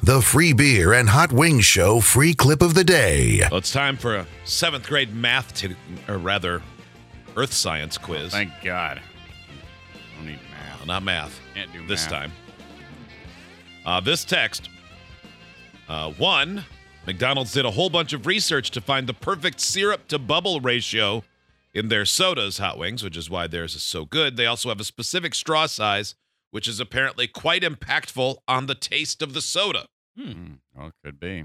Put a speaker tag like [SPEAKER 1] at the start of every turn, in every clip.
[SPEAKER 1] The Free Beer and Hot Wings Show free clip of the day.
[SPEAKER 2] Well, it's time for a seventh grade math, t- or rather, earth science quiz.
[SPEAKER 3] Oh, Thank God. I don't need
[SPEAKER 2] Well,
[SPEAKER 3] math.
[SPEAKER 2] not math.
[SPEAKER 3] Can't do
[SPEAKER 2] this
[SPEAKER 3] math.
[SPEAKER 2] time. Uh, this text. Uh, one, McDonald's did a whole bunch of research to find the perfect syrup to bubble ratio in their sodas, hot wings, which is why theirs is so good. They also have a specific straw size, which is apparently quite impactful on the taste of the soda.
[SPEAKER 3] Hmm. Well, it could be.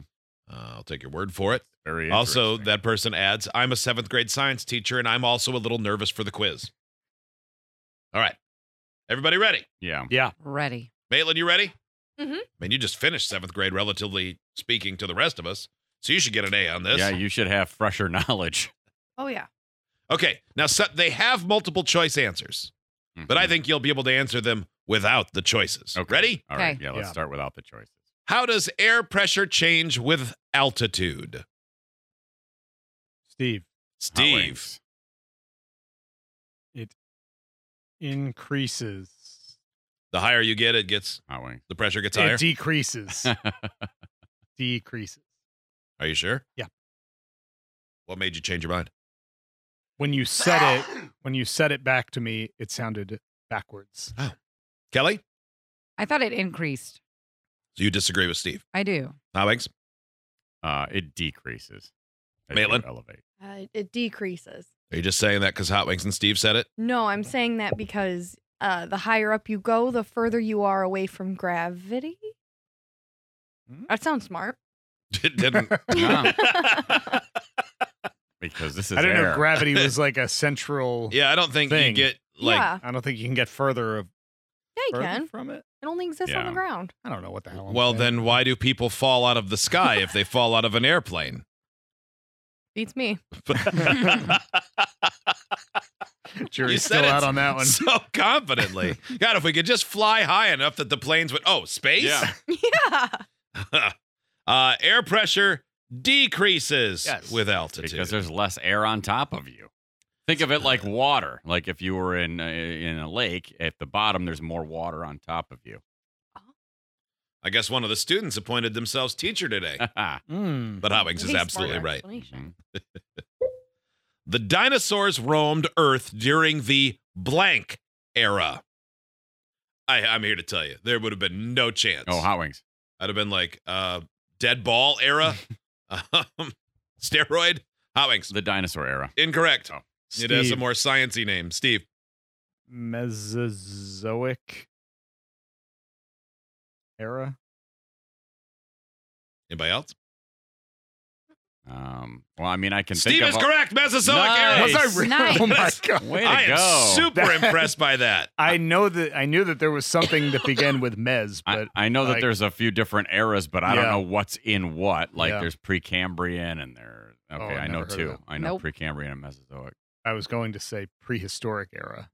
[SPEAKER 2] Uh, I'll take your word for it.
[SPEAKER 3] Very
[SPEAKER 2] Also,
[SPEAKER 3] interesting.
[SPEAKER 2] that person adds, I'm a seventh grade science teacher, and I'm also a little nervous for the quiz. All right. Everybody ready?
[SPEAKER 3] Yeah.
[SPEAKER 4] Ready.
[SPEAKER 2] Maitland, you ready?
[SPEAKER 4] Mhm.
[SPEAKER 2] I mean, you just finished seventh grade, relatively speaking, to the rest of us. So you should get an A on this.
[SPEAKER 3] Yeah, you should have fresher knowledge.
[SPEAKER 4] Oh yeah.
[SPEAKER 2] okay. Now, so they have multiple choice answers, but I
[SPEAKER 3] Mhm.
[SPEAKER 2] think you'll be able to answer them without the choices.
[SPEAKER 3] Okay.
[SPEAKER 2] Ready?
[SPEAKER 3] All right.
[SPEAKER 4] Okay.
[SPEAKER 3] Yeah, let's start without the choices.
[SPEAKER 2] How does air pressure change with altitude?
[SPEAKER 5] Steve,
[SPEAKER 3] Hot
[SPEAKER 2] Steve.
[SPEAKER 3] wings.
[SPEAKER 5] it increases.
[SPEAKER 2] The higher you get, it gets
[SPEAKER 3] Hot wings.
[SPEAKER 2] the pressure gets higher.
[SPEAKER 5] It decreases. decreases.
[SPEAKER 2] Are you sure?
[SPEAKER 5] Yeah.
[SPEAKER 2] What made you change your mind?
[SPEAKER 5] When you said it, when you said it back to me, it sounded backwards.
[SPEAKER 2] Kelly?
[SPEAKER 4] I thought it increased.
[SPEAKER 2] So you disagree with Steve.
[SPEAKER 4] I do.
[SPEAKER 2] Hot wings?
[SPEAKER 3] Uh, it decreases. as you
[SPEAKER 2] Maitland?
[SPEAKER 3] Elevate.
[SPEAKER 6] Uh, it decreases.
[SPEAKER 2] Are you just saying that because Hot Wings and Steve said it?
[SPEAKER 6] No, I'm saying that because uh, the higher up you go, the further you are away from gravity. That sounds smart.
[SPEAKER 2] It didn't.
[SPEAKER 3] Yeah. because this is
[SPEAKER 5] I didn't
[SPEAKER 3] air.
[SPEAKER 5] know gravity was like a central.
[SPEAKER 2] Yeah, I don't think you
[SPEAKER 5] Thing.
[SPEAKER 2] get like
[SPEAKER 6] yeah,
[SPEAKER 5] I don't think you can get further of
[SPEAKER 6] yeah, you
[SPEAKER 5] further
[SPEAKER 6] can.
[SPEAKER 5] from it.
[SPEAKER 6] It only exists on
[SPEAKER 3] Yeah.
[SPEAKER 6] the ground.
[SPEAKER 5] I don't know what the hell. I'm
[SPEAKER 2] Well,
[SPEAKER 5] saying.
[SPEAKER 2] then why do people fall out of the sky if they fall out of an airplane?
[SPEAKER 6] Beats me.
[SPEAKER 2] you
[SPEAKER 5] jury's
[SPEAKER 2] said
[SPEAKER 5] still
[SPEAKER 2] it
[SPEAKER 5] out on that one.
[SPEAKER 2] so confidently. God, if we could just fly high enough that the planes would. Oh, space?
[SPEAKER 3] Yeah.
[SPEAKER 6] yeah.
[SPEAKER 2] uh, air pressure decreases
[SPEAKER 5] Yes.
[SPEAKER 2] with altitude.
[SPEAKER 3] because there's less air on top of you. Think of it like water. Like if you were in a, in a lake, at the bottom there's more water on top of you.
[SPEAKER 2] I guess one of the students appointed themselves teacher today.
[SPEAKER 5] Mm.
[SPEAKER 2] But Hot Wings is
[SPEAKER 6] Way
[SPEAKER 2] absolutely
[SPEAKER 6] smarter
[SPEAKER 2] right.
[SPEAKER 3] Mm-hmm.
[SPEAKER 6] explanation.
[SPEAKER 2] The dinosaurs roamed Earth during the blank era. I, I'm here to tell you, there would have been no chance.
[SPEAKER 3] oh, hot wings.
[SPEAKER 2] I'd have been like, uh, dead ball era, um, steroid, hot wings.
[SPEAKER 3] The dinosaur era.
[SPEAKER 2] Incorrect.
[SPEAKER 3] Oh.
[SPEAKER 2] It has a
[SPEAKER 5] Steve.
[SPEAKER 2] more sciencey name. Steve,
[SPEAKER 5] Mesozoic era.
[SPEAKER 2] anybody else?
[SPEAKER 3] Um, well, I mean, I can
[SPEAKER 2] Steve
[SPEAKER 3] think
[SPEAKER 2] is
[SPEAKER 3] of
[SPEAKER 2] correct. Mesozoic
[SPEAKER 3] Nice.
[SPEAKER 2] era.
[SPEAKER 5] Was I re-
[SPEAKER 4] Nice.
[SPEAKER 5] Oh my
[SPEAKER 2] That's-
[SPEAKER 5] god!
[SPEAKER 3] Way to
[SPEAKER 2] I am
[SPEAKER 3] go.
[SPEAKER 2] super impressed by that.
[SPEAKER 5] I know that I knew that there was something that began with Mez,
[SPEAKER 3] I,
[SPEAKER 5] but
[SPEAKER 3] I know that
[SPEAKER 5] like-
[SPEAKER 3] there's a few different eras, but I don't
[SPEAKER 5] Yeah.
[SPEAKER 3] know what's in what. Like
[SPEAKER 5] Yeah.
[SPEAKER 3] there's Precambrian and there. Okay,
[SPEAKER 5] I
[SPEAKER 3] I know
[SPEAKER 5] never heard of
[SPEAKER 3] two.
[SPEAKER 5] that.
[SPEAKER 3] I know
[SPEAKER 4] Nope.
[SPEAKER 3] Precambrian and Mesozoic.
[SPEAKER 5] I was going to say prehistoric era.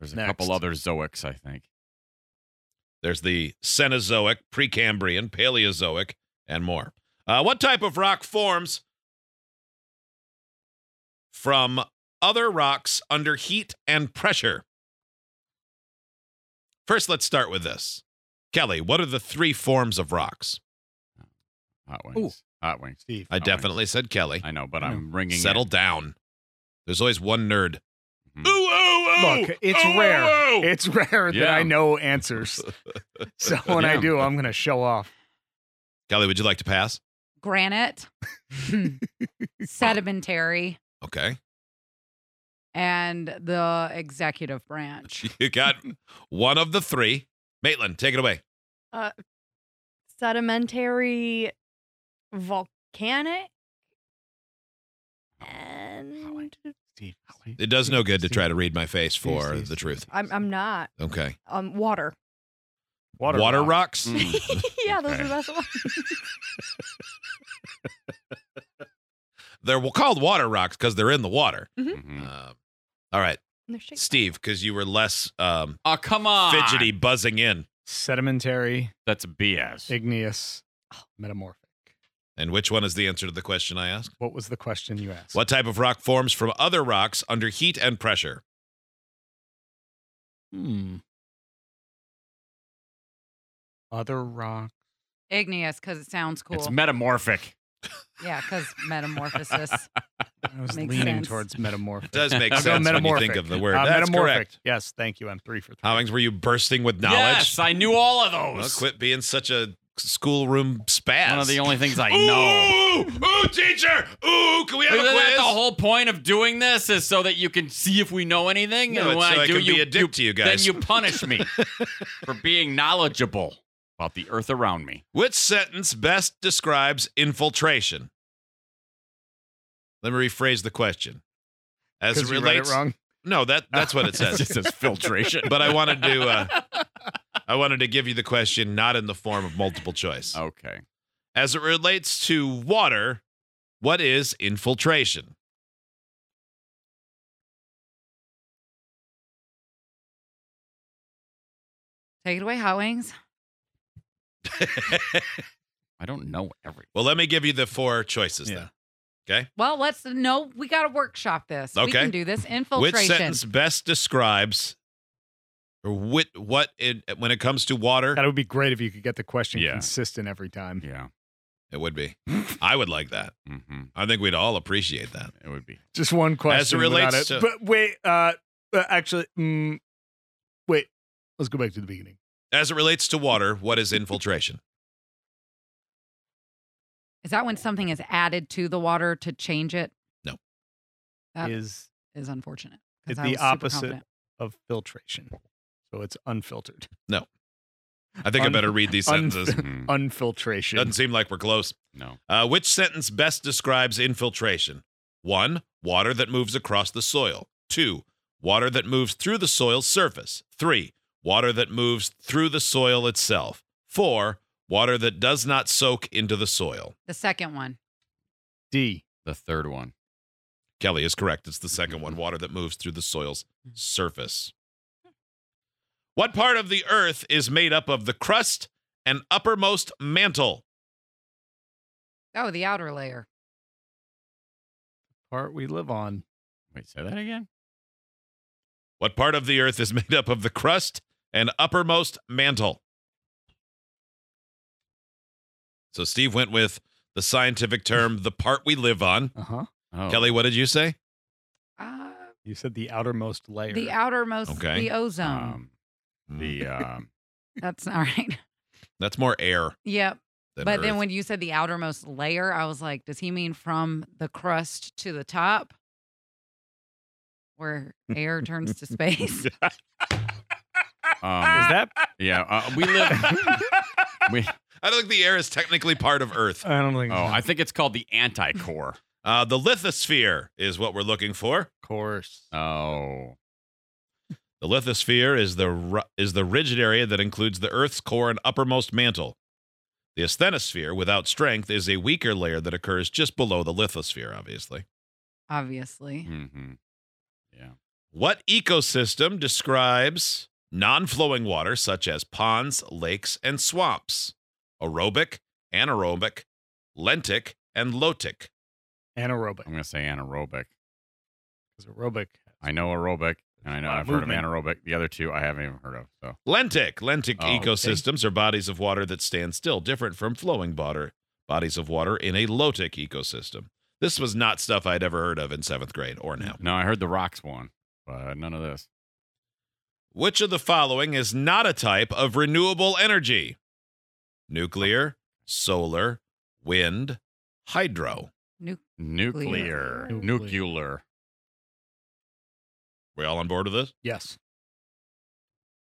[SPEAKER 3] There's a
[SPEAKER 5] Next.
[SPEAKER 3] couple other Zoics, I think.
[SPEAKER 2] There's the Cenozoic, Precambrian, Paleozoic, and more. Uh, what type of rock forms from other rocks under heat and pressure? First, let's start with this. Kelly, what are the three forms of rocks?
[SPEAKER 3] Hot wings. Hot wings.
[SPEAKER 5] Steve,
[SPEAKER 2] I
[SPEAKER 3] Hot
[SPEAKER 2] definitely said Kelly.
[SPEAKER 3] I know, but
[SPEAKER 5] I know.
[SPEAKER 3] I'm ringing. it.
[SPEAKER 2] Settle down. There's always one nerd.
[SPEAKER 3] Mhm.
[SPEAKER 2] Ooh, ooh, ooh.
[SPEAKER 5] look, it's
[SPEAKER 3] oh,
[SPEAKER 2] Ooh,
[SPEAKER 5] rare.
[SPEAKER 2] ooh, ooh.
[SPEAKER 5] It's rare that
[SPEAKER 3] Yeah.
[SPEAKER 5] I know answers. So when I
[SPEAKER 3] Yeah.
[SPEAKER 5] do, I'm going to show off.
[SPEAKER 2] Kelly, would you like to pass?
[SPEAKER 4] Granite, sedimentary,
[SPEAKER 2] Okay.
[SPEAKER 4] and the executive branch.
[SPEAKER 2] You got one of the three. Maitland, take it away.
[SPEAKER 6] Sedimentary, volcanic, and
[SPEAKER 5] Steve,
[SPEAKER 2] It does no good to try to read my face for the truth.
[SPEAKER 6] I'm I'm not.
[SPEAKER 2] Okay.
[SPEAKER 6] Um, water.
[SPEAKER 2] Water, rocks.
[SPEAKER 3] Mm.
[SPEAKER 5] Mm-hmm.
[SPEAKER 6] yeah, those are
[SPEAKER 3] Okay.
[SPEAKER 6] the best ones.
[SPEAKER 2] They're well, called water rocks because they're in the water.
[SPEAKER 3] Mhm.
[SPEAKER 2] Um, all right,
[SPEAKER 6] They're shaking.
[SPEAKER 2] Steve, because you were less um,
[SPEAKER 3] Oh, come on.
[SPEAKER 2] fidgety buzzing in.
[SPEAKER 5] Sedimentary,
[SPEAKER 3] That's BS.
[SPEAKER 5] igneous, metamorphic.
[SPEAKER 2] And which one is the answer to the question I asked?
[SPEAKER 5] What was the question you asked?
[SPEAKER 2] What type of rock forms from other rocks under heat and pressure?
[SPEAKER 5] Hmm. Other rock.
[SPEAKER 4] Igneous, because it sounds cool.
[SPEAKER 3] It's metamorphic.
[SPEAKER 4] yeah, because metamorphosis.
[SPEAKER 5] I was
[SPEAKER 4] Makes
[SPEAKER 5] leaning
[SPEAKER 4] sense.
[SPEAKER 5] towards metamorphic.
[SPEAKER 2] It does make
[SPEAKER 5] I'll go
[SPEAKER 2] sense when you
[SPEAKER 5] metamorphic.
[SPEAKER 2] think of the word.
[SPEAKER 5] Uh,
[SPEAKER 2] That's
[SPEAKER 5] metamorphic.
[SPEAKER 2] correct.
[SPEAKER 5] Yes, thank you. I'm three for three.
[SPEAKER 2] Howings, were you bursting with knowledge?
[SPEAKER 3] Yes, I knew all of
[SPEAKER 2] Well,
[SPEAKER 3] those.
[SPEAKER 2] quit being such a schoolroom spaz.
[SPEAKER 3] One of the only things I know.
[SPEAKER 2] Ooh, ooh, teacher! Ooh, can we have
[SPEAKER 3] Isn't
[SPEAKER 2] a
[SPEAKER 3] that
[SPEAKER 2] quiz?
[SPEAKER 3] the whole point of doing this is so that you can see if we know anything?
[SPEAKER 2] No, it's
[SPEAKER 3] when
[SPEAKER 2] so I
[SPEAKER 3] do,
[SPEAKER 2] can be a dick to you guys.
[SPEAKER 3] Then you punish me for being knowledgeable about the earth around me.
[SPEAKER 2] Which sentence best describes infiltration? Let me rephrase the question. As it
[SPEAKER 5] Because you read
[SPEAKER 2] relates,
[SPEAKER 5] it wrong.
[SPEAKER 2] no, that that's what it says.
[SPEAKER 3] just says filtration.
[SPEAKER 2] but I wanted to, uh, I wanted to give you the question not in the form of multiple choice.
[SPEAKER 3] okay.
[SPEAKER 2] As it relates to water, what is infiltration?
[SPEAKER 4] Take it away, hot wings.
[SPEAKER 3] I don't know everything.
[SPEAKER 2] Well, let me give you the four choices
[SPEAKER 5] Yeah.
[SPEAKER 2] then.
[SPEAKER 4] Well, let's no. We got to workshop this. We
[SPEAKER 2] Okay.
[SPEAKER 4] can do this.
[SPEAKER 2] Which
[SPEAKER 4] Infiltration.
[SPEAKER 2] sentence best describes or what what it, when it comes to water?
[SPEAKER 5] That would be great if you could get the question
[SPEAKER 3] Yeah.
[SPEAKER 5] consistent every time.
[SPEAKER 3] Yeah.
[SPEAKER 2] It would be. I would like that.
[SPEAKER 3] Mm-hmm.
[SPEAKER 2] I think we'd all appreciate that.
[SPEAKER 3] It would be.
[SPEAKER 5] Just one question. without
[SPEAKER 2] relates
[SPEAKER 5] it.
[SPEAKER 2] to-
[SPEAKER 5] But wait, uh, uh, actually, mm, wait. Let's go back to the beginning.
[SPEAKER 2] As it relates to water, what is infiltration?
[SPEAKER 4] is that when something is added to the water to change it?
[SPEAKER 2] No.
[SPEAKER 4] That is
[SPEAKER 5] Is
[SPEAKER 4] unfortunate. 'cause
[SPEAKER 5] It's
[SPEAKER 4] I
[SPEAKER 5] the
[SPEAKER 4] was super
[SPEAKER 5] opposite.
[SPEAKER 4] confident.
[SPEAKER 5] of filtration, so it's unfiltered.
[SPEAKER 2] I think I
[SPEAKER 5] Un-
[SPEAKER 2] better read these sentences.
[SPEAKER 3] Mhm.
[SPEAKER 5] unfil- Unfiltration.
[SPEAKER 2] Doesn't seem like we're close.
[SPEAKER 3] No.
[SPEAKER 2] Uh, which sentence best describes infiltration? One, water that moves across the soil. Two, water that moves through the soil's surface. Three, water that moves through the soil itself. Four, water that does not soak into the soil.
[SPEAKER 4] The second one.
[SPEAKER 5] D.
[SPEAKER 3] The third one.
[SPEAKER 2] Kelly is correct. It's the second
[SPEAKER 3] Mm-hmm.
[SPEAKER 2] one water that moves through the soil's surface. What part of the earth is made up of the crust and uppermost mantle?
[SPEAKER 4] Oh, the outer layer.
[SPEAKER 5] Part we live on.
[SPEAKER 3] Wait, say that again?
[SPEAKER 2] What part of the earth is made up of the crust and uppermost mantle? So Steve went with the scientific term, the part we live on.
[SPEAKER 5] Uh huh.
[SPEAKER 3] Oh.
[SPEAKER 2] Kelly, what did you say?
[SPEAKER 4] Uh,
[SPEAKER 5] You said the outermost layer.
[SPEAKER 4] the outermost.
[SPEAKER 2] Okay.
[SPEAKER 4] The
[SPEAKER 3] Um,
[SPEAKER 4] ozone.
[SPEAKER 3] the um,
[SPEAKER 4] That's all right.
[SPEAKER 2] Hmm, That's more air
[SPEAKER 4] yep.
[SPEAKER 2] than
[SPEAKER 4] but then
[SPEAKER 2] earth.
[SPEAKER 4] when you said the outermost layer, I was like, does he mean from the crust to the top? Where air turns to space.
[SPEAKER 3] um,
[SPEAKER 5] Is that?
[SPEAKER 3] yeah, uh, we live. we,
[SPEAKER 2] I don't think the air is technically part of Earth.
[SPEAKER 5] I don't think.
[SPEAKER 3] oh, I think it's called the anti-core.
[SPEAKER 2] Uh, the lithosphere is what we're looking for.
[SPEAKER 5] of course.
[SPEAKER 3] Oh,
[SPEAKER 2] The lithosphere is the ru- is the rigid area that includes the Earth's core and uppermost mantle. The asthenosphere, without strength, is a weaker layer that occurs just below the lithosphere. Obviously,
[SPEAKER 4] Obviously.
[SPEAKER 3] mm-hmm.
[SPEAKER 2] what ecosystem describes non-flowing water such as ponds, lakes, and swamps? Aerobic, anaerobic, lentic, and lotic.
[SPEAKER 5] Anaerobic.
[SPEAKER 3] I'm gonna say anaerobic.
[SPEAKER 5] Because aerobic.
[SPEAKER 3] I know aerobic, and I know
[SPEAKER 5] A lot
[SPEAKER 3] I've
[SPEAKER 5] of
[SPEAKER 3] heard of
[SPEAKER 5] movement.
[SPEAKER 3] anaerobic. The other two I haven't even heard of. So
[SPEAKER 2] Lentic. Lentic
[SPEAKER 3] Oh, okay.
[SPEAKER 2] ecosystems are bodies of water that stand still, different from flowing water bodies of water in a lotic ecosystem. This was not stuff I'd ever heard of in seventh grade or now.
[SPEAKER 3] no, I heard the rocks one, but none of this.
[SPEAKER 2] Which of the following is not a type of renewable energy? Nuclear, solar, wind, hydro.
[SPEAKER 4] Nu-
[SPEAKER 3] Nuclear,
[SPEAKER 5] Nuclear.
[SPEAKER 3] nuclear.
[SPEAKER 2] We all on board with this?
[SPEAKER 5] Yes.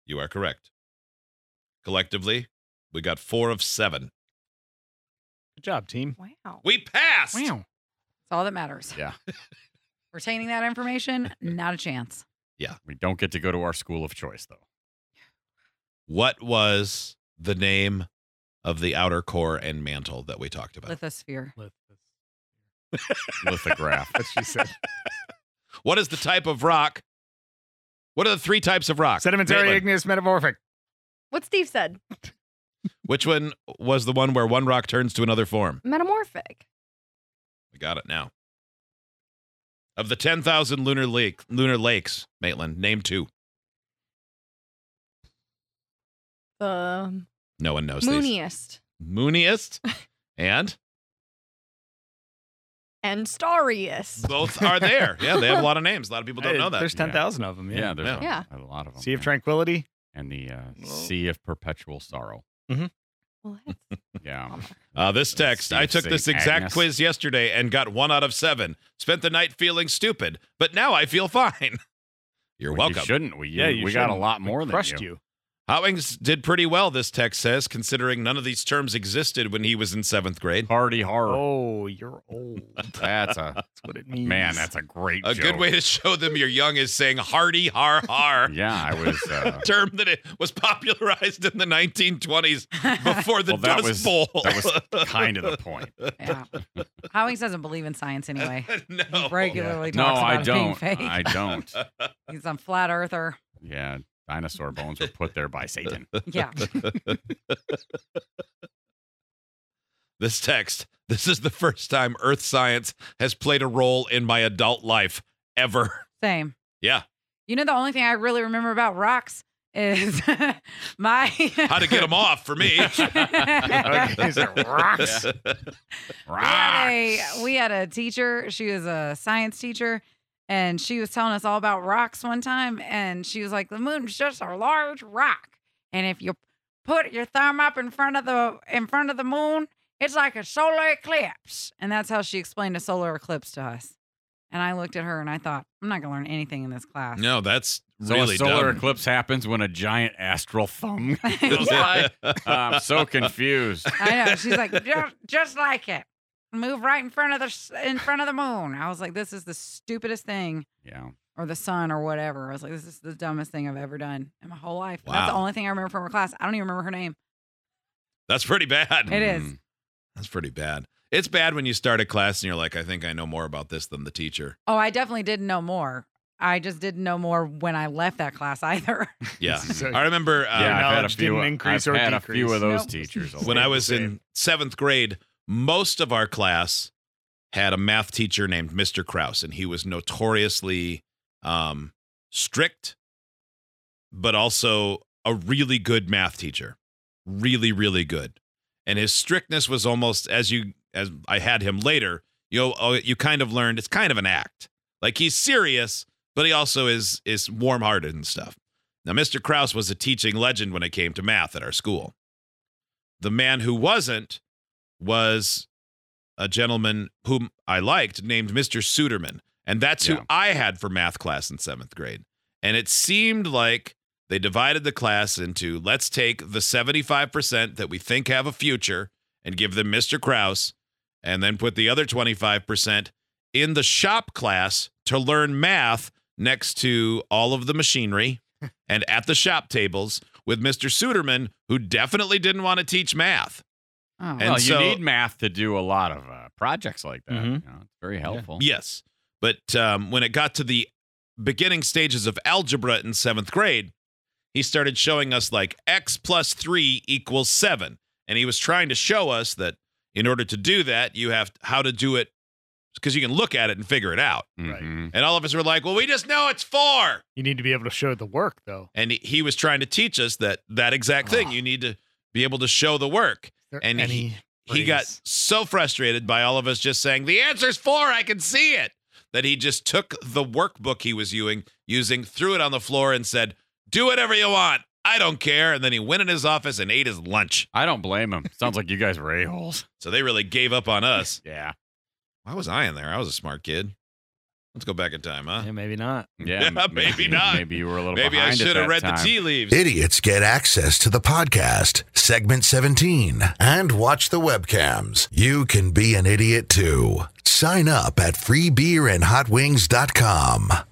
[SPEAKER 2] You are correct. Collectively, we got four of seven.
[SPEAKER 5] Good job, team.
[SPEAKER 6] Wow.
[SPEAKER 2] We passed.
[SPEAKER 5] Wow.
[SPEAKER 4] That's all that matters.
[SPEAKER 3] Yeah,
[SPEAKER 4] Retaining that information, not a chance.
[SPEAKER 3] we don't get to go to our school of choice though.
[SPEAKER 2] What was the name of the outer core and mantle that we talked about?
[SPEAKER 4] Lithosphere.
[SPEAKER 3] Lithograph.
[SPEAKER 5] That's what she said.
[SPEAKER 2] What is the type of rock? What are the three types of rock?
[SPEAKER 5] Sedimentary,
[SPEAKER 2] Maitland,
[SPEAKER 5] igneous, metamorphic.
[SPEAKER 6] What Steve said.
[SPEAKER 2] Which one was the one where one rock turns to another form?
[SPEAKER 6] Metamorphic.
[SPEAKER 2] We got it now. Of the 10,000 lunar lake, lunar lakes, Maitland, name two.
[SPEAKER 6] The
[SPEAKER 2] No one knows these.
[SPEAKER 6] mooniest
[SPEAKER 2] Mooniest and
[SPEAKER 6] and starriest.
[SPEAKER 2] both are there. Yeah, they have a lot of names. A lot of people don't
[SPEAKER 5] Hey,
[SPEAKER 2] know that.
[SPEAKER 5] There's
[SPEAKER 3] Yeah.
[SPEAKER 5] 10,000 of them. Yeah.
[SPEAKER 3] Yeah, there's a-
[SPEAKER 6] Yeah.
[SPEAKER 3] A, lot of them.
[SPEAKER 5] Sea of
[SPEAKER 3] yeah.
[SPEAKER 5] Tranquility.
[SPEAKER 3] and the uh, Sea of Perpetual Sorrow.
[SPEAKER 6] Well, that's
[SPEAKER 3] Yeah.
[SPEAKER 6] bummer.
[SPEAKER 2] Uh, this text,
[SPEAKER 3] Sea
[SPEAKER 2] I
[SPEAKER 3] of
[SPEAKER 2] took
[SPEAKER 3] St.
[SPEAKER 2] this exact
[SPEAKER 3] Agnes.
[SPEAKER 2] quiz yesterday and got one out of seven. Spent the night feeling stupid, but now I feel fine. You're
[SPEAKER 3] We-
[SPEAKER 2] welcome.
[SPEAKER 3] You shouldn't. We,
[SPEAKER 5] Yeah, you
[SPEAKER 3] we got a
[SPEAKER 5] shouldn't.
[SPEAKER 3] lot
[SPEAKER 5] We
[SPEAKER 3] more than
[SPEAKER 5] crushed you.
[SPEAKER 2] Howings did pretty well, this text says, considering none of these terms existed when he was in seventh grade.
[SPEAKER 3] Party horror.
[SPEAKER 5] Oh, you're old.
[SPEAKER 3] That's
[SPEAKER 5] That's
[SPEAKER 3] a
[SPEAKER 5] what it means.
[SPEAKER 3] man. That's a great.
[SPEAKER 2] A good
[SPEAKER 3] joke.
[SPEAKER 2] way to show them you're young is saying hardy har har.
[SPEAKER 3] Yeah, I was. Uh,
[SPEAKER 2] A term that it was popularized in the 1920s before the
[SPEAKER 3] Well, that
[SPEAKER 2] Dust
[SPEAKER 3] was-
[SPEAKER 2] Bowl.
[SPEAKER 3] that was kind of the point.
[SPEAKER 4] Yeah. Howings doesn't believe in science anyway. He
[SPEAKER 2] Oh, no.
[SPEAKER 4] regularly
[SPEAKER 3] No,
[SPEAKER 4] talks about
[SPEAKER 3] I
[SPEAKER 4] it
[SPEAKER 3] don't.
[SPEAKER 4] being fake.
[SPEAKER 3] I don't.
[SPEAKER 4] He's a flat earther.
[SPEAKER 3] Yeah, dinosaur bones were put there by Satan.
[SPEAKER 4] Yeah.
[SPEAKER 2] This text. This is the first time Earth science has played a role in my adult life ever.
[SPEAKER 4] Same.
[SPEAKER 2] Yeah.
[SPEAKER 4] You know, the only thing I really remember about rocks is my.
[SPEAKER 2] How to get them off for me.
[SPEAKER 5] Is it rocks?
[SPEAKER 4] we had a we had a teacher. She was a science teacher, and she was telling us all about rocks one time. And she was like, "The moon's just a large rock, and if you put your thumb up in front of the in front of the moon, it's like a solar eclipse." And that's how she explained a solar eclipse to us. And I looked at her and I thought, "I'm not going to learn anything in this class."
[SPEAKER 2] No, that's
[SPEAKER 3] So
[SPEAKER 2] really
[SPEAKER 3] a solar
[SPEAKER 2] dumb.
[SPEAKER 3] eclipse happens when a giant astral thumb goes
[SPEAKER 4] Yeah.
[SPEAKER 3] by. I'm so confused.
[SPEAKER 4] I know. She's like, just, just like it. Move right in front of the s- in front of the moon. I was like, this is the stupidest thing,
[SPEAKER 2] Uh,
[SPEAKER 3] Yeah.
[SPEAKER 4] or the sun, or whatever. I was like, this is the dumbest thing I've ever done in my whole life. That's the
[SPEAKER 2] Wow.
[SPEAKER 4] only thing I remember from her class. I don't even remember her name.
[SPEAKER 2] That's pretty bad.
[SPEAKER 4] It is.
[SPEAKER 3] Mm.
[SPEAKER 2] That's pretty bad. It's bad when you start a class and you're like, I think I know more about this than the teacher.
[SPEAKER 4] Oh, I definitely didn't know more. I just didn't know more when I left that class either.
[SPEAKER 2] Yeah.
[SPEAKER 5] So-
[SPEAKER 2] I remember uh,
[SPEAKER 3] yeah, I've had a
[SPEAKER 5] knowledge
[SPEAKER 3] few.
[SPEAKER 5] didn't increase
[SPEAKER 3] I've
[SPEAKER 5] or
[SPEAKER 3] had a few
[SPEAKER 5] decrease.
[SPEAKER 3] of those
[SPEAKER 4] Nope.
[SPEAKER 3] teachers.
[SPEAKER 2] when I was
[SPEAKER 5] Same.
[SPEAKER 2] in seventh grade, most of our class had a math teacher named Mr. Kraus, and he was notoriously um, strict, but also a really good math teacher, really, really good. And his strictness was almost as you as I had him later. You know, oh, you kind of learned it's kind of an act. Like he's serious, but he also is is warm hearted and stuff. Now, Mr. Kraus was a teaching legend when it came to math at our school the man who wasn't was a gentleman whom I liked named Mr. Suderman. And that's who
[SPEAKER 3] Yeah.
[SPEAKER 2] I had for math class in seventh grade. And it seemed like they divided the class into let's take the 75% that we think have a future and give them Mr. Krause, and then put the other 25% in the shop class to learn math next to all of the machinery and at the shop tables with Mr. Suderman, who definitely didn't want to teach math.
[SPEAKER 4] Oh,
[SPEAKER 2] And
[SPEAKER 3] well,
[SPEAKER 2] so-
[SPEAKER 3] you need math to do a lot of uh, projects like that.
[SPEAKER 5] Mhm.
[SPEAKER 3] you know, it's very helpful.
[SPEAKER 2] Yes. But um, when it got to the beginning stages of algebra in seventh grade, he started showing us like x plus three equals seven. And he was trying to show us that in order to do that, you have how to do it because you can look at it and figure it out.
[SPEAKER 5] Right.
[SPEAKER 3] Mhm.
[SPEAKER 2] And all of us were like, well, we just know it's four.
[SPEAKER 5] You need to be able to show the work, though.
[SPEAKER 2] And he- he was trying to teach us that that exact thing. You need to be able to show the work.
[SPEAKER 5] Is there
[SPEAKER 2] And
[SPEAKER 5] any
[SPEAKER 2] He got
[SPEAKER 5] phrase?
[SPEAKER 2] so frustrated by all of us just saying, the answer's four, I can see it, that he just took the workbook he was using, using, threw it on the floor, and said, do whatever you want. I don't care. And then he went in his office and ate his lunch.
[SPEAKER 3] I don't blame him. Sounds like you guys were a holes.
[SPEAKER 2] So they really gave up on us.
[SPEAKER 3] Yeah.
[SPEAKER 2] Why was I in there? I was a smart kid. Let's go back in time, huh?
[SPEAKER 5] maybe not.
[SPEAKER 3] Yeah.
[SPEAKER 2] Yeah,
[SPEAKER 3] m-
[SPEAKER 2] maybe not.
[SPEAKER 3] Maybe you were a little.
[SPEAKER 2] Maybe I
[SPEAKER 3] behind at
[SPEAKER 2] should have
[SPEAKER 3] that
[SPEAKER 2] read the
[SPEAKER 3] time.
[SPEAKER 2] tea leaves.
[SPEAKER 1] Idiots get access to the podcast, segment 17, and watch the webcams. You can be an idiot too. Sign up at freebeerandhotwings.com.